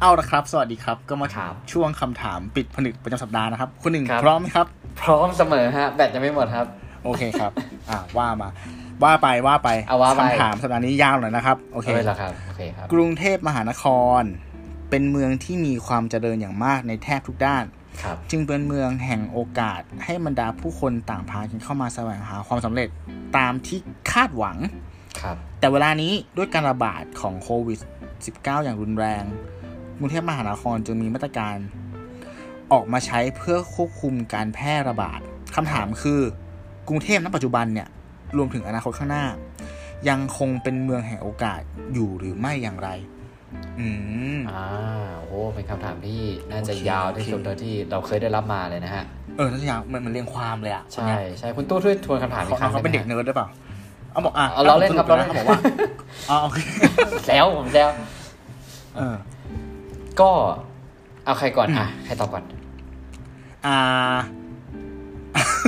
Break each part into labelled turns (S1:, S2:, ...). S1: เอาละครับ สวัสดีครับ ก็มาถึ
S2: ค
S1: ง
S2: รับ
S1: ช่วงคำถามปิดผนึกประจำสัปดาห์นะครับ คุณหนึ่ง
S2: ครับ
S1: พร้อมไหมครับ
S2: พร้อมเสมอฮะแบตยังไม่หมดครับ
S1: โอเคครับ อ่าว่ามา ว่าไปว่าไป
S2: เอาว่าไป
S1: คำถามสัปดาห์นี้ยาวหน่อยนะครับ โอเค
S2: เอาเลยเหรอครับโอเคครับ
S1: กรุงเทพมหานคร เป็นเมืองที่มีความเจริญอย่างมากในแทบทุกด้าน
S2: ครับ
S1: จึงเป็นเมืองแห่งโอกาส ให้บรรดาผู้คนต่างพากันเข้ามาแสวงหาความสำเร็จตามที่คาดหวัง
S2: ครับ
S1: แต่เวลานี้ด้วยการระบาดของโควิด -19 อย่างรุนแรงกรุงเทพมหานครจึงมีมาตรการ ออกมาใช้เพื่อควบคุมการแพร่ระบาดคำถามคือกรุงเทพณปัจจุบันเนี่ย รวมถึงอนาคตข้างหน้า ยังคงเป็นเมืองแห่งโอกาสอยู่หรือไม่อย่างไร อืม
S2: อ่า โอ้ เป็นคำถามที่น่าจะ
S1: โอเค
S2: ยาวที่สุ
S1: โอ
S2: ด
S1: เค
S2: โดยที่เราเคยได้รับมาเลยนะฮะ
S1: เออแล้วอย่างมันมันเรียงความเลยอ่ะ
S2: ใช่ ใช่ คุณตู้ช่วยทวนคำถามอี
S1: เขา
S2: กครั้ง
S1: เขาเป็น
S2: ได้
S1: เด็ก
S2: ไหมฮะ
S1: เนิร์ดหรือเปล่าเอาบอกอ่ะ
S2: เอาเราเล่นครับ
S1: สปะ
S2: เราเล่น
S1: เขาบอก ว่าอ๋อโอเค
S2: แซวผมแซว
S1: เออ
S2: ก็ เอาใครก่อน อ่ะ ใครตอบก่อน
S1: อ่า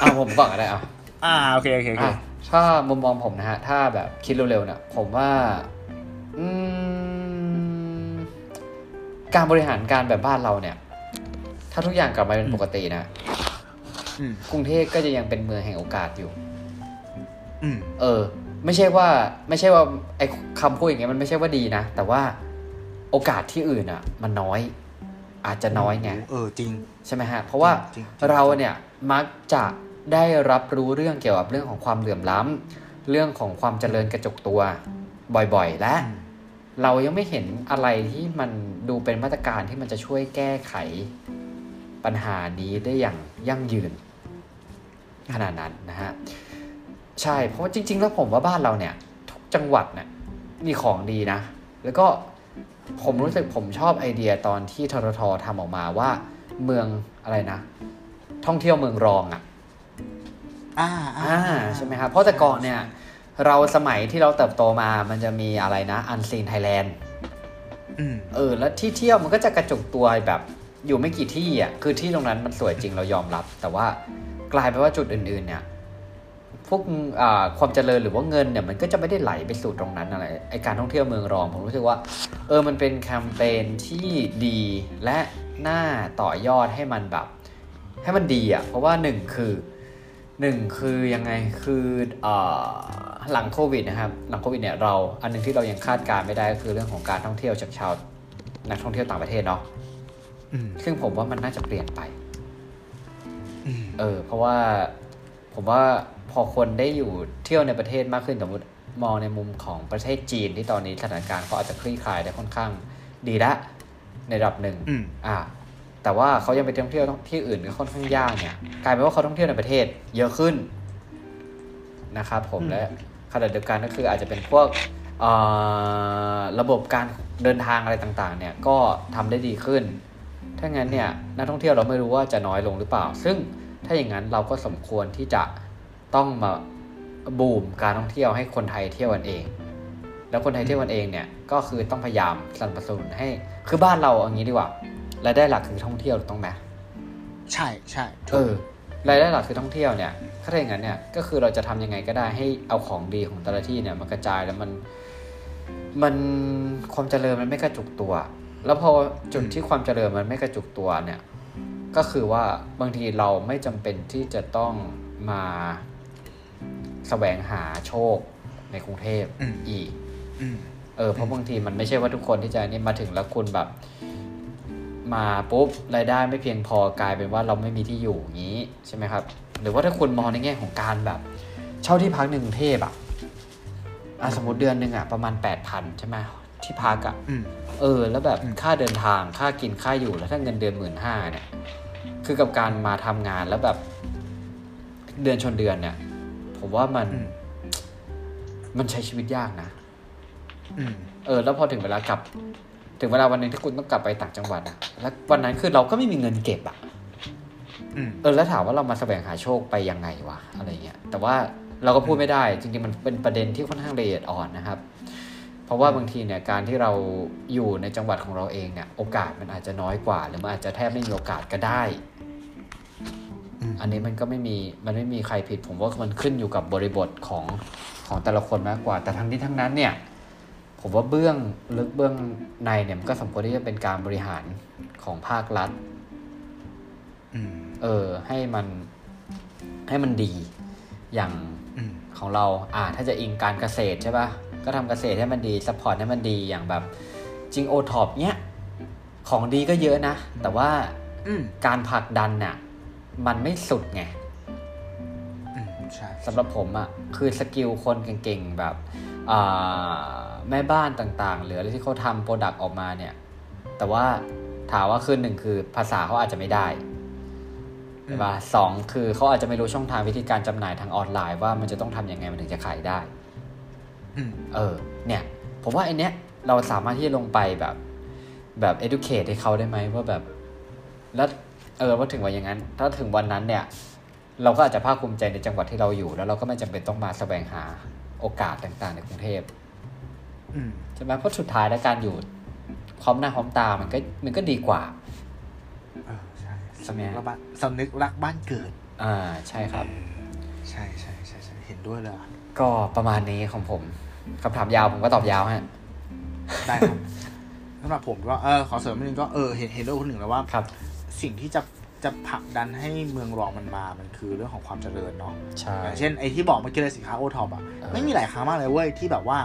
S2: เอาผมก่อนก็ได้เอา
S1: อ่าโอเคโอเคโอเค
S2: อ่ะถ้ามุมมองผมนะฮะ ถ้าแบบคิดเร็วๆเนี่ยผมว่า อืม การบริหารการแบบบ้านเราเนี่ย ถ้าทุกอย่างกลับมาเป็นปกตินะ
S1: อืม
S2: กรุงเทพก็จะยังเป็นเมืองแห่งโอกาสอยู่
S1: อืม
S2: เออ ไม่ใช่ว่าไม่ใช่ว่าไอ้คำพูดอย่างเงี้ยมันไม่ใช่ว่าดีนะ แต่ว่าโอกาสที่อื่นอ่ะ มันน้อย อาจจะน้อยไง
S1: เออจริง
S2: ใช่ไหมฮะ เพราะว่า
S1: จริงๆ
S2: เราเนี่ยมักจะได้รับรู้เรื่องเกี่ยวกับเรื่องของความเหลื่อมล้ำเรื่องของความเจริญกระจกตัวบ่อยๆ และเรายังไม่เห็นอะไรที่มันดูเป็นมาตรการที่มันจะช่วยแก้ไขปัญหานี้ได้อย่างยั่งยืน ขนาดนั้นนะฮะ ใช่เพราะว่าจริง ๆ แล้วผมว่าบ้านเราเนี่ย ทุกจังหวัดเนี่ยมีของดีนะ แล้วก็ผมรู้สึกผมชอบไอเดียตอนที่ทรททำออกมาว่า เมืองอะไรนะ ท่องเที่ยวเมืองรองอะ่ะ
S1: อ่า
S2: อ่าใช่ไหมครับเพราะแต่ก่อนเนี่ย เราสมัยที่เราเติบโตมามันจะมีอะไรนะอันซีนไทยแลนด์
S1: อืม
S2: เออแล้วที่เที่ยวมันก็จะกระจุกตัวแบบอยู่ไม่กี่ที่อ่ะคือที่ตรงนั้นมันสวยจริงเรายอมรับ แต่ว่ากลายไปว่าจุดอื่น ๆ เนี่ย พวกอ่าความเจริญหรือว่าเงินเนี่ยมันก็จะไม่ได้ไหลไปสู่ตรงนั้นอะไรไอการท่องเที่ยวเมืองรองผมรู้สึกว่า เออมันเป็นแคมเปญที่ดีและน่าต่อยอดให้มันแบบ ให้มันดีอ่ะเพราะว่าหนึ่งคือหนึ่งคือยังไงคือเอ่อหลังโควิดนะครับหลังโควิดเนี่ยเราอันหนึงที่เรายังคาดการณ์ไม่ได้ก็คือเรื่องของการท่องเที่ยวจากชาวนักท่องเที่ยวต่างประเทศเนาะ
S1: อืม
S2: ซึ่งผมว่ามันน่าจะเปลี่ยนไป
S1: อืม
S2: เออ เพราะว่าผมว่าพอคนได้อยู่เที่ยวในประเทศมากขึ้นสมมติมองในมุมของประเทศจีนที่ตอนนี้สถานการณ์เขาอาจจะคลี่คลายได้ค่อนข้างดีละในระดับหนึ่ง
S1: อืม
S2: อ่า แต่ว่าเขายังไปท่องเที่ยวที่อื่นก็ค่อนข้างยากเนี่ย กลายเป็นว่าเขาท่องเที่ยวในประเทศเยอะขึ้นนะครับผม
S1: อืม
S2: และขณะเดียวกันก็คืออาจจะเป็นพวกเอ่อระบบการเดินทางอะไรต่างๆ เนี่ยก็ทำได้ดีขึ้น ถ้างั้นเนี่ยนักท่องเที่ยวเราไม่รู้ว่าจะน้อยลงหรือเปล่า ซึ่งถ้าอย่างนั้นเราก็สมควรที่จะต้องมาบูมการท่องเที่ยวให้คนไทยเที่ยวกันเอง แล้วคนไทยเที่ยวกันเองเนี่ยก็คือต้องพยายามสนับสนุนให้ คือบ้านเราเอางี้ดีกว่ารายได้หลักคือท่องเที่ยวถูกต้องไหม
S1: ใช่ใช่
S2: เออรายได้หลักคือท่องเที่ยวเนี่ยถ้าอย่างนั้นเนี่ยก็คือเราจะทำยังไงก็ได้ให้เอาของดีของแต่ละที่เนี่ยมันกระจายแล้วมันมันความเจริญมันไม่กระจุกตัว แล้วพอจุดที่ความเจริญมันไม่กระจุกตัวเนี่ยก็คือว่าบางทีเราไม่จำเป็นที่จะต้องมาแสวงหาโชคในกรุงเทพ
S1: อืม
S2: อีก
S1: อืม
S2: เออเพราะบางทีมันไม่ใช่ว่าทุกคนที่จะนี่มาถึงแล้วคุณแบบ มาปุ๊บรายได้ไม่เพียงพอกลายเป็นว่าเราไม่มีที่อยู่อย่างนี้ใช่ไหมครับ หรือว่าถ้าคุณมองในแง่ของการแบบ เช่าที่พักในกรุงเทพอะอ่ะสมมติเดือนหนึ่งอะประมาณแปดพันใช่ไหมที่พักอะ
S1: อืม
S2: เออ แล้วแบบ
S1: อืม
S2: ค่าเดินทางค่ากินค่าอยู่แล้วถ้าเงินเดือนหมื่นห้าเนี่ย คือกับการมาทำงานแล้วแบบ เดือนชนเดือนเนี่ย ผมว่ามัน
S1: อืม
S2: มันใช้ชีวิตยากนะ
S1: อืม
S2: เออแล้วพอถึงเวลากลับ ถึงเวลาวันหนึงที่คุณต้องกลับไปต่างจังหวัดอะแล้ววันนั้นคือเราก็ไม่มีเงินเก็บอะ
S1: อืม
S2: เออแล้วถามว่าเรามาแสวงหาโชคไปยังไงวะอะไรเงี้ยแต่ว่าเราก็พูดไม่ได้จริงๆมันเป็นประเด็นที่ค่อนข้างละเอียดอ่อนนะครับ เพราะว่าบางทีเนี่ยการที่เราอยู่ในจังหวัดของเราเองเนี่ยโอกาสมันอาจจะน้อยกว่า หรือมันอาจจะแทบไม่มีโอกาสก็ได้
S1: อืม
S2: อันนี้มันก็ไม่มีมันไม่มีใครผิด ผมว่ามันขึ้นอยู่กับบริบทของของแต่ละคนมากกว่า แต่ทั้งนี้ทั้งนั้นเนี่ย ผมว่าเบื้องลึกเบื้องในเนี่ยมันก็สมควรที่จะเป็นการบริหารของภาครัฐ
S1: อืม
S2: เออให้มันให้มันดีอย่าง
S1: อืม
S2: ของเราอ่าถ้าจะอิงการเกษตรใช่ปะ่ะก็ทำเกษตรให้มันดีสปอร์ตให้มันดีอย่างแบบจริงโอท็อปเนี้ยของดีก็เยอะนะ แต่ว่า
S1: อืม
S2: การผลักดันน่ะมันไม่สุดไง
S1: อืมใช่
S2: สำหรับผมอะ่ะคือสกิลคนเก่งๆ แบบอ่าแม่บ้านต่างๆ หรืออะไรที่เขาทำโปรดักต์ออกมาเนี่ย แต่ว่าถามว่าคือหนึ่งคือภาษาเขาอาจจะไม่ได้ใช่ปะสองคือเขาอาจจะไม่รู้ช่องทางวิธีการจำหน่ายทางออนไลน์ว่ามันจะต้องทำยังไงมันถึงจะขายได้
S1: อืม
S2: เออ เนี่ย ผมว่าไอเนี้ยเราสามารถที่จะลงไปแบบ แบบ educate ให้เขาได้ไหมว่าแบบ แล้วเออว่าถึงวันอย่างนั้น ถ้าถึงวันนั้นเนี่ย เราก็อาจจะภาคภูมิใจในจังหวัดที่เราอยู่ แล้วเราก็ไม่จำเป็นต้องมาแสวงหาโอกาสต่างๆ ในกรุงเทพ
S1: อืม
S2: ใช่ไหมเพราะสุดท้ายแล้วการอยู่พร้อมหน้าพร้อมตามันก็มันก็ดีกว่า
S1: เออใช่
S2: ใช่ไหม
S1: สำนึกรักบ้านสำนึกรักบ้านเกิด
S2: อ่าใช่ครับ
S1: เออใช่ใช่ใช่ใช่เห็นด้วยเลยว่ะ
S2: ก็ประมาณนี้ของผมคำถามยาวผมก็ตอบยาวฮะ
S1: ได้ครับ สำหรับผมก็เออขอเสริมนิดนึงก็เออเห็นเห็นด้วยคนหนึ่งแล้วว่า
S2: ครับ
S1: สิ่งที่จะจะผลักดันให้เมืองรองมันมา มันคือเรื่องของความเจริญเนาะ
S2: ใช่
S1: อย่างเช่นไอ้ที่บอกเมื่อกี้เลยสินค้าโอท็อปอ่ะ
S2: เออ
S1: ไม่มีหลายครั้งมากเลยเว้ย ที่แบบว่า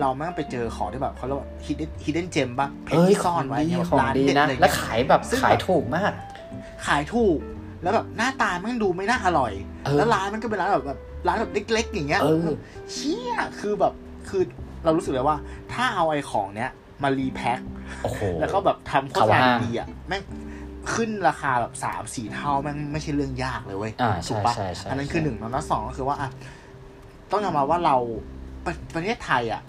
S1: เราแม่งไปเจอของที่แบบเขาเรียกว่า hidden hidden gem ป่ะเพช
S2: เอ้ย
S1: รซ่อนไว้
S2: ขงดี
S1: เนี่ย
S2: ของ
S1: ร้าน
S2: ดี
S1: เด็ด
S2: นะ
S1: อะไร
S2: และ
S1: เงี้ย
S2: ขายแบบ
S1: ซึ่ง
S2: ขายถูกมาก
S1: ขายถูก แล้วแบบหน้าตาแม่งดูไม่น่าอร่อย
S2: เออ
S1: แล้วร้านมันก็เป็นร้านแบบแบบร้านแบบเล็ก ๆ อย่างเงี้ย
S2: เออ
S1: เชี่ยคือแบบคือเรารู้สึกเลยว่า ถ้าเอาไอ้ของเนี้ยมารีแพ็ค
S2: โอ้โห
S1: แล้วก็แบบทำโฆษ
S2: เข้าห้า
S1: ณาง ดีๆอ่ะแม่งขึ้นราคาแบบสามสี่เท่าแม่งไม่ใช่เรื่องยากเลยเว้ย
S2: อ่า
S1: ถู
S2: ใช่
S1: กปะ
S2: ใช่ใช่
S1: อันนั้นคือ
S2: ใช่
S1: หนึ่งแล้วสองก็คือว่าอ่ะต้องยอมรับว่าเราประประเทศไทยอ่ะ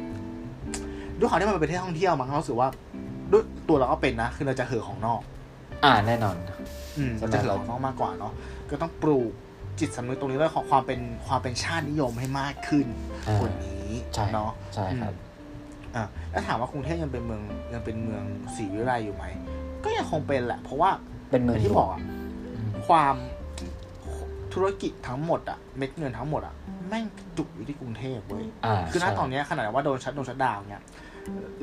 S1: ด้วยความที่มันเป็นประเทศท่องเที่ยวมั้งเรารู้สึกว่าด้วยตัวเราก็เป็นนะคือเราจะเห่อะของนอก
S2: อ่าแน่นอน
S1: อืม
S2: ใช่
S1: เรา
S2: ไหม
S1: จะเห่อะของนอกมากกว่าเนาะก็ต้องปลูกจิตสำนึกตรงนี้เรื่องของความเป็นความเป็นชาตินิยมให้มากขึ้น
S2: อ่าก
S1: ว่านี้
S2: ใช่
S1: เนาะ
S2: ใช่ครับ
S1: อ่ะแล้วถามว่ากรุงเทพยังเป็นเมืองยังเป็นเมืองศรีวิไลอยู่ไหมก็ยังคงเป็นแหละ เพราะว่า
S2: เป็น
S1: อ
S2: เมือย่าง
S1: งที่บอกอ่ะ
S2: อืม
S1: ความธุรกิจทั้งหมดอะเม็ดเงินทั้งหมดอะแม่งจุกอยู่ที่กรุงเทพเว้ย
S2: อ่า
S1: คือณ
S2: ใช่
S1: ตอนเนี้ยขนาดว่าโดนชัดโดนชัดดาวน์เนี่ย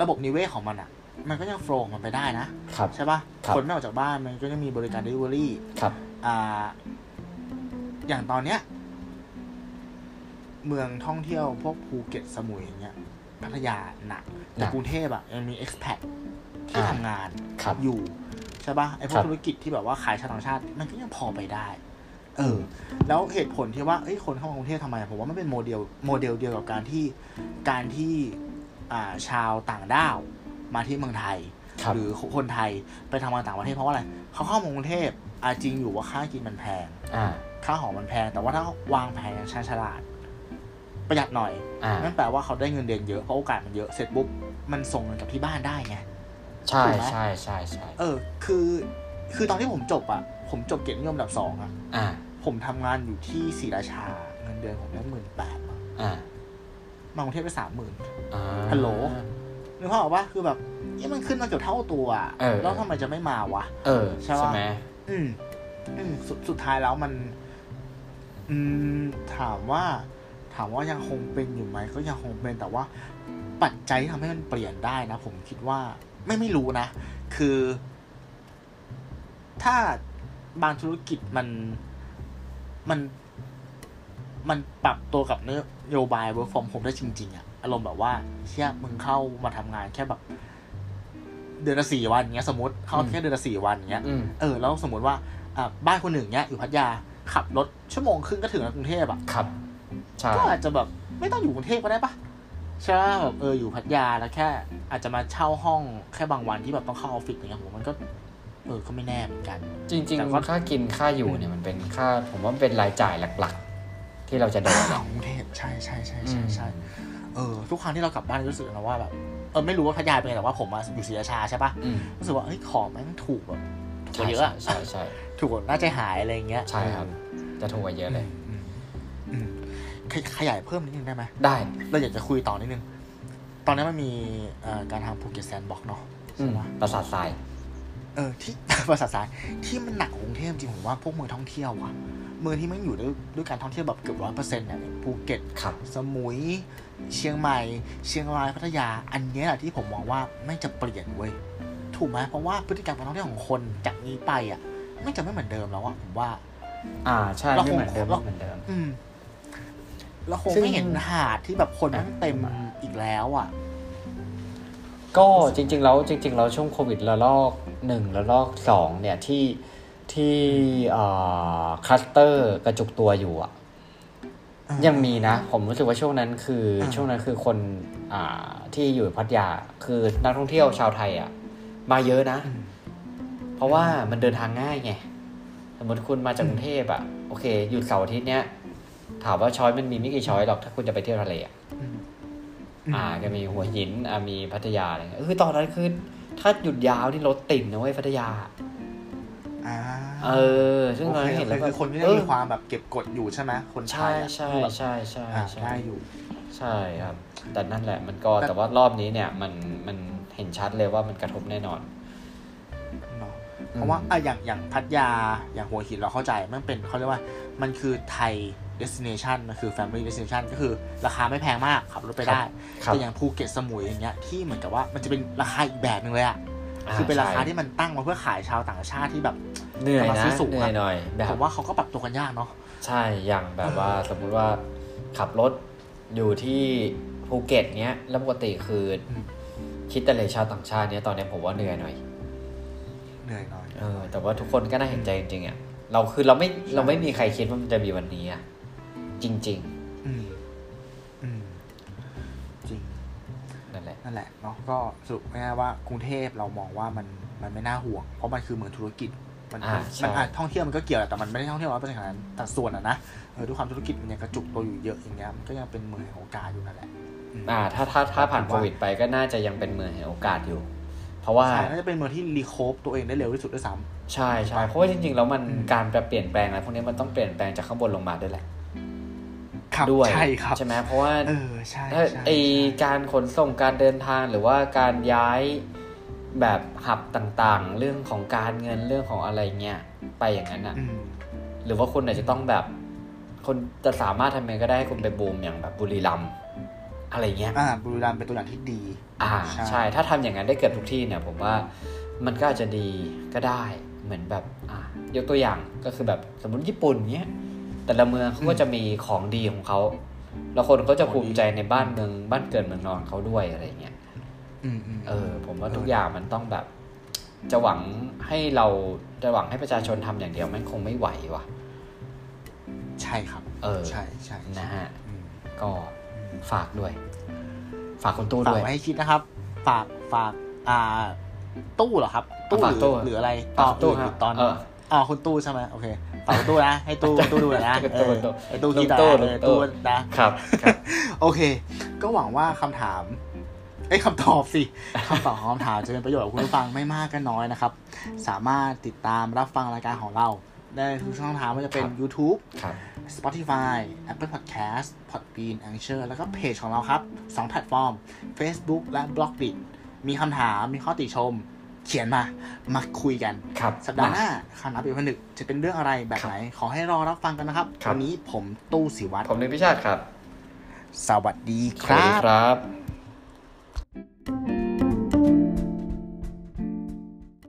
S1: ระบบนิเวศของมันอะมันก็ยังโฟลว์มันไปได้นะครับ ใช่ปะ
S2: ครับ
S1: คนไม่ออกจากบ้านมันก็ยังมีบริการ Delivery
S2: ครับ
S1: อ่า อย่างตอนเนี้ย เมืองท่องเที่ยวพวกภูเก็ตสมุยอย่างเงี้ยพัทยาหนักแต่
S2: หนัก
S1: กรุงเทพอะยังมี expat ที่
S2: อ่า
S1: ทำงาน
S2: ครับ
S1: อยู่ใช่ปะ่ะไอพว
S2: ครั
S1: ก
S2: บ
S1: ธุรกิจที่แบบว่าขายชาวต่างชาติ มันก็ยังพอไปได้ เออ แล้วเหตุผลที่ว่าเอ้ยคนเข้ามากรุงเทพทำไมผมว่ามันเป็นโมเดลโมเดลเดียวกับการที่การที่อ่าชาวต่างด้าวมาที่เมืองไทย
S2: ครับ
S1: หรือคนไทยไปทำงานต่างประเทศเพราะว่าอะไรเขาเข้ามากรุงเทพอาจริงอยู่ว่าค่ากินมันแพง
S2: อ่า
S1: ค่าหอมันแพง แต่ว่าถ้าวางแผนอย่างชาญฉลาด ประหยัดหน่อย
S2: อ่า
S1: นั่นแปลว่าเขาได้เงินเดือนเยอะเพราะโอกาสมันเยอะเสร็จปุ๊บมันส่งเงินกลับที่บ้านได้ไง
S2: ใช่
S1: ถูกไหม
S2: ใช่ใช่ใช่
S1: เออ คือ คือตอนที่ผมจบอะ่ะ ผมจบเกียรตินิยมอันดับสองอะ่ะ
S2: อ่า
S1: ผมทำงานอยู่ที่ศรีราชา เงินเดือนผมได้หมื่นแปด
S2: อ่าม
S1: ากรุงเทพไปสามหมื่น
S2: อ่า
S1: ฮัลโหล นึกภาพออกปะคือแบบเนี่ยมันขึ้นมาเกือบเท่าตัวอะ
S2: เออ
S1: แล้วทำไมจะไม่มาวะ
S2: เออ
S1: ใช่
S2: ใช่
S1: ปะ
S2: ไหม
S1: อืม อืมสุดสุดท้ายแล้วมัน อืม ถามว่า ถามว่ายังคงเป็นอยู่ไหม ก็ยังคงเป็น แต่ว่า ปัจจัยที่ทำให้มันเปลี่ยนได้นะ ผมคิดว่า ไม่ไม่รู้นะ คือ ถ้าบางธุรกิจมันมัน มันปรับตัวกับนโยบาย work from home ได้จริง ๆอะอารมณ์แบบว่าเชี่ยมึงเข้ามาทำงานแค่แบบ เดือนละสี่วันอย่างเงี้ยสมมติเข้าแค่เดือนละสี่วันอย่างเงี้ย
S2: อืม
S1: เออแล้วสมมติว่าอ่ะบ้านคนหนึ่งเนี้ยอยู่พัทยาขับรถชั่วโมงครึ่งก็ถึงแล้วกรุงเทพอ่ะ
S2: ครับ ใช่
S1: ก็อาจจะแบบไม่ต้องอยู่กรุงเทพก็ได้ปะใช่ไหมแบบเอออยู่พัทยาแล้วแค่ อาจจะมาเช่าห้องแค่บางวันที่แบบต้องเข้าออฟฟิศอย่างเงี้ยผมว่ามันก็ เออก็ไม่แน่เหมือนกัน
S2: จริง
S1: แต่ว่า
S2: ๆค่ากินค่าอยู่เนี่ยมันเป็นค่า ผมว่ามันเป็นรายจ่ายหลักๆ ที่เราจะโดน
S1: ของกรุงเทพใช่ใช่ใช่ใช่ใช่เออทุกครั้งที่เรากลับบ้านรู้สึกนะว่าแบบเออไม่รู้ว่าพัทยาเป็นไงแต่ว่าผมอะอยู่ศรีราชาใช่ปะ
S2: อืม
S1: รู้สึกว่าเฮ้ยของแมันถูกแบบถูกก
S2: ใช่
S1: ว่าเยอะอะ
S2: ใช่ใช่
S1: ถูกกว่าน่าจะหายอะไรอย่างเงี้ย
S2: ใช่ครับ จะถูกกว่าเยอะเลย
S1: อืมอืมอืมขยายเพิ่มนิดนึงได้ไหม
S2: ได้
S1: เราอยากจะคุยต่อนิดนึง ตอนนี้มันมีเอ่อการทำภูเก็ตแซนด์บ็อกเนาะ
S2: อื
S1: ใช่
S2: ม
S1: ไหม
S2: ประสาททราย
S1: เออที่ ภาษาสายที่มันหนักกว่ากรุงเทพจริงผมว่าพวกเมืองท่องเที่ยวอะ เมืองที่มันอยู่ด้วยด้วยการท่องเที่ยวแบบเกือบร้อยเปอร์เซ็นต์เนี่ยภูเก็ต
S2: ครับ
S1: สมุย เชียงใหม่ เชียงรายพัทยา อันเนี้ยแหละที่ผมมองว่าไม่งจะเปลี่ยนเว้ย ถูกไหมเพราะว่าพฤติกรรมการท่องเที่ยวของคนจากนี้ไปอ่ะไม่งจะไม่เหมือนเดิมแล้วอ่ะผมว่า
S2: อ่าใช่
S1: เรา
S2: ไม่
S1: คง
S2: เหมือนเดิม
S1: เรา
S2: ไม่เหมือนเดิม
S1: อืมเราคง
S2: ซึ่ง
S1: ไม่เห็นหาดที่แบบคนแมันเต็มอีกแล้วอ่ะ
S2: ก็จริง ๆ แล้วจริง ๆ แล้วช่วงโควิดระลอกหนึ่งระลอกสองเนี่ยที่ที่เอ่อคลัสเตอร์กระจุกตัวอยู่อ่ะ ยังมีนะ ผมรู้สึกว่าช่วงนั้นคืออา ช่วงนั้นคือคนอ่าที่อยู่พัทยาคือนักท่องเที่ยวชาวไทยอ่ะ มาเยอะนะ
S1: อืม
S2: เพราะว่ามันเดินทางง่ายไง สมมติคุณมาจากกรุงเทพอ่ะโอเคหยุดเสาร์อาทิตย์เนี้ยถามว่าช้อยมันมีไม่กี่ช้อยหรอกถ้าคุณจะไปเที่ยวทะเลอ่ะ
S1: อืม
S2: อ่าก็มีหัวหินอ่ามีพัทยาอะไรเงี้ยคือตอนนั้นคือถ้าหยุดยาวนี่รถติดนะเว้ยพัทยา
S1: อ่า
S2: เออ ซึ่งเราเห็นแล้ว
S1: โอคคือคนก็ยังมี
S2: เออ
S1: ความแบบเก็บกดอยู่ใช่ไหมคนไทยอะ
S2: ใช่ใช่
S1: แบบ
S2: ใช่ใช่
S1: อ่า
S2: ใช่
S1: ได้อยู่
S2: ใช่ครับ แต่นั่นแหละมันก็
S1: แต่
S2: แต่ว่ารอบนี้เนี่ยมันมันเห็นชัดเลยว่ามันกระทบแน่นอน
S1: เนาะเพราะว่าอ่ะอย่างอย่างพัทยาอย่างหัวหินเราเข้าใจมันเป็นเขาเรียกว่ามันคือไทย destination มันคือ family destination ก็คือราคาไม่แพงมากขับรถไปได้
S2: ครับ
S1: แต่อย่างภูเก็ตสมุยอย่างเงี้ยที่เหมือนกับว่ามันจะเป็นราคาอีกแบบหนึ่งเลยอะ
S2: า
S1: คือเป็นราคา
S2: ใช่
S1: ที่มันตั้งมาเพื่อขายชาวต่างชาติที่แบบ
S2: เหนื่อย
S1: กำลัง
S2: นะ
S1: ซื้อสูง
S2: เหนื่อย
S1: อะ
S2: หน่อยแบบ
S1: ผมว่าเขาก็ปรับตัวกันยากเนาะ
S2: ใช่อย่างแบบว่าสมมุติว่าขับรถอยู่ที่ภูเก็ตเนี้ยแล้วปกติคืออ
S1: ม
S2: คิดแต่เลยชาวต่างชาติเนี้ยตอนเนี้ยผมว่าเหนื่อยหน่อย
S1: เหนื่อยหน่อย
S2: เออแต่ว่าทุกคนก็น่าเห็นใจจริงๆอ่ะเราคือเราไม่เราไม่มีใครคิดว่ามันจะมีวันนี้อ่ะจริง
S1: อืมอืมจริง
S2: ๆ นั่นแหละ
S1: นั่นแหละเนาะก็สรุปง่ายๆว่ากรุงเทพเรามองว่ามันมันไม่น่าห่วง เพราะมันคือเหมือนธุรกิจ มัน
S2: อ่าใช่
S1: มันอาจท่องเที่ยวมันก็เกี่ยวแหละแต่มันไม่ได้ท่องเที่ยวร้อยเปอร์เซ็นต์ขนาดนั้นแต่ส่วนอะนะเออด้วยความธุรกิจมันยังกระจุกตัวอยู่เยอะอย่างเงี้ยมันก็ยังเป็นเหมือนของโอกาสอยู่นั่นแหละม
S2: อ่า ถ้าถ้าถ้าผ่านโควิดไปก็น่าจะยังเป็นเมืองแห่งโอกาสอยู่ เพราะว่า
S1: ใช่น่าจะเป็นเมืองที่รีโคฟตัวเองได้เร็วที่สุดด้วยซ้
S2: ใช่ใช่เพราะว่าจริงๆแล้วมัน
S1: อืม
S2: การจะเปลี่ยนแปลงอะไรพวกนี้มันต้องเปลี่ยนแปลงจากข้างบนลงมาด้วยแหละ
S1: ำครับ
S2: ด้วย
S1: ใช่ครับ
S2: ใช่ไหมเพราะว่า
S1: เออใช่
S2: ถ้า
S1: ใช่
S2: ไอการขนส่งการเดินทางหรือว่าการย้ายแบบหับต่างๆ เรื่องของการเงินเรื่องของอะไรเงี้ยไปอย่างนั้นอ่ะ
S1: อืม
S2: หรือว่าคุณอาจจะต้องแบบคนจะสามารถทำยังไงก็ได้ให้คุณไปบูมอย่างแบบบุรีรัมย์อะไรเงี้ย
S1: อ่าบุรีรัมย์เป็นตัวอย่างที่ดี
S2: อ่า
S1: ใช่
S2: ใช่ ถ้าทำอย่างนั้นได้เกือบทุกที่เนี่ย ผมว่ามันก็อาจจะดีก็ได้เหมือนแบบอ่ายกตัวอย่างก็คือแบบสมมติญี่ปุ่นเนี้ยแต่ละเมืองเขาก็จะมีของดีของเขาแล้วคนเขาจะภูมิใจในบ้านเมืองบ้านเกิดเมืองนอนเขาด้วยอะไรเงี้ย
S1: อืมอืม
S2: เออผมว่า
S1: เออ
S2: ทุกอย่างมันต้องแบบ จะหวังให้เราจะหวังให้ประชาชนทำอย่างเดียวมันคงไม่ไหวว่ะ
S1: ใช่ครับ
S2: เออ
S1: ใช่ใช่ใช่
S2: นะฮะ
S1: อืม
S2: ก็ฝากด้วย ฝากคุณตู้
S1: ฝาก
S2: ด้วย
S1: ไว้ให้คิดนะครับ ฝาก ฝาก อ่า ตู้เหรอครับ ตู้
S2: ฝาก
S1: หรือ
S2: ตู้
S1: หรืออะไร
S2: ฝากตู้
S1: ห
S2: ครั
S1: รื
S2: บ
S1: อตอน
S2: เออ
S1: อ่าคุณตู้ใช่ไหมโอเค ฝากคุณตู้นะ ให้ตู้ ตู้ดูหน่อยนะ
S2: ให้
S1: เอ
S2: ตู้
S1: อ
S2: ตู้
S1: ให้ตู้
S2: ลง
S1: คิดต่อ
S2: ตู้
S1: นะ
S2: ล
S1: เอง อตู้
S2: ตู้
S1: นะ
S2: ครับ
S1: โอเค ก็หวังว่าคำถาม เอ้ยคำตอบสิ คำตอบของคำถามจะเป็นประโยชน์กับคุณผู้ฟังไม่มากก็น้อยนะครับ สามารถติดตามรับฟังรายการของเรา ได้ทุกช่องทางไม่ว่าจะเป็น
S2: ครับ
S1: YouTube
S2: ครับ
S1: Spotify Apple Podcast Podbean a n c h o r แล้วก็เพจของเราครับ 2 แพลตฟอร์ม Facebook และ b l o g d i t มีคำถาม มีข้อติชม เขียนมา มาคุยกัน
S2: ครับ
S1: สัปดาห์หน้าคำนับอีกคนหนึ่งจะเป็นเรื่องอะไรแบบไหน ขอให้รอรับฟังกันนะครับ
S2: ครับ
S1: วันนี้ผมตู้สิวัตร
S2: ผมนึกพิชาติครับ
S1: สวัสดี
S2: ส
S1: ครั
S2: วัสดี
S1: บ
S2: ครับ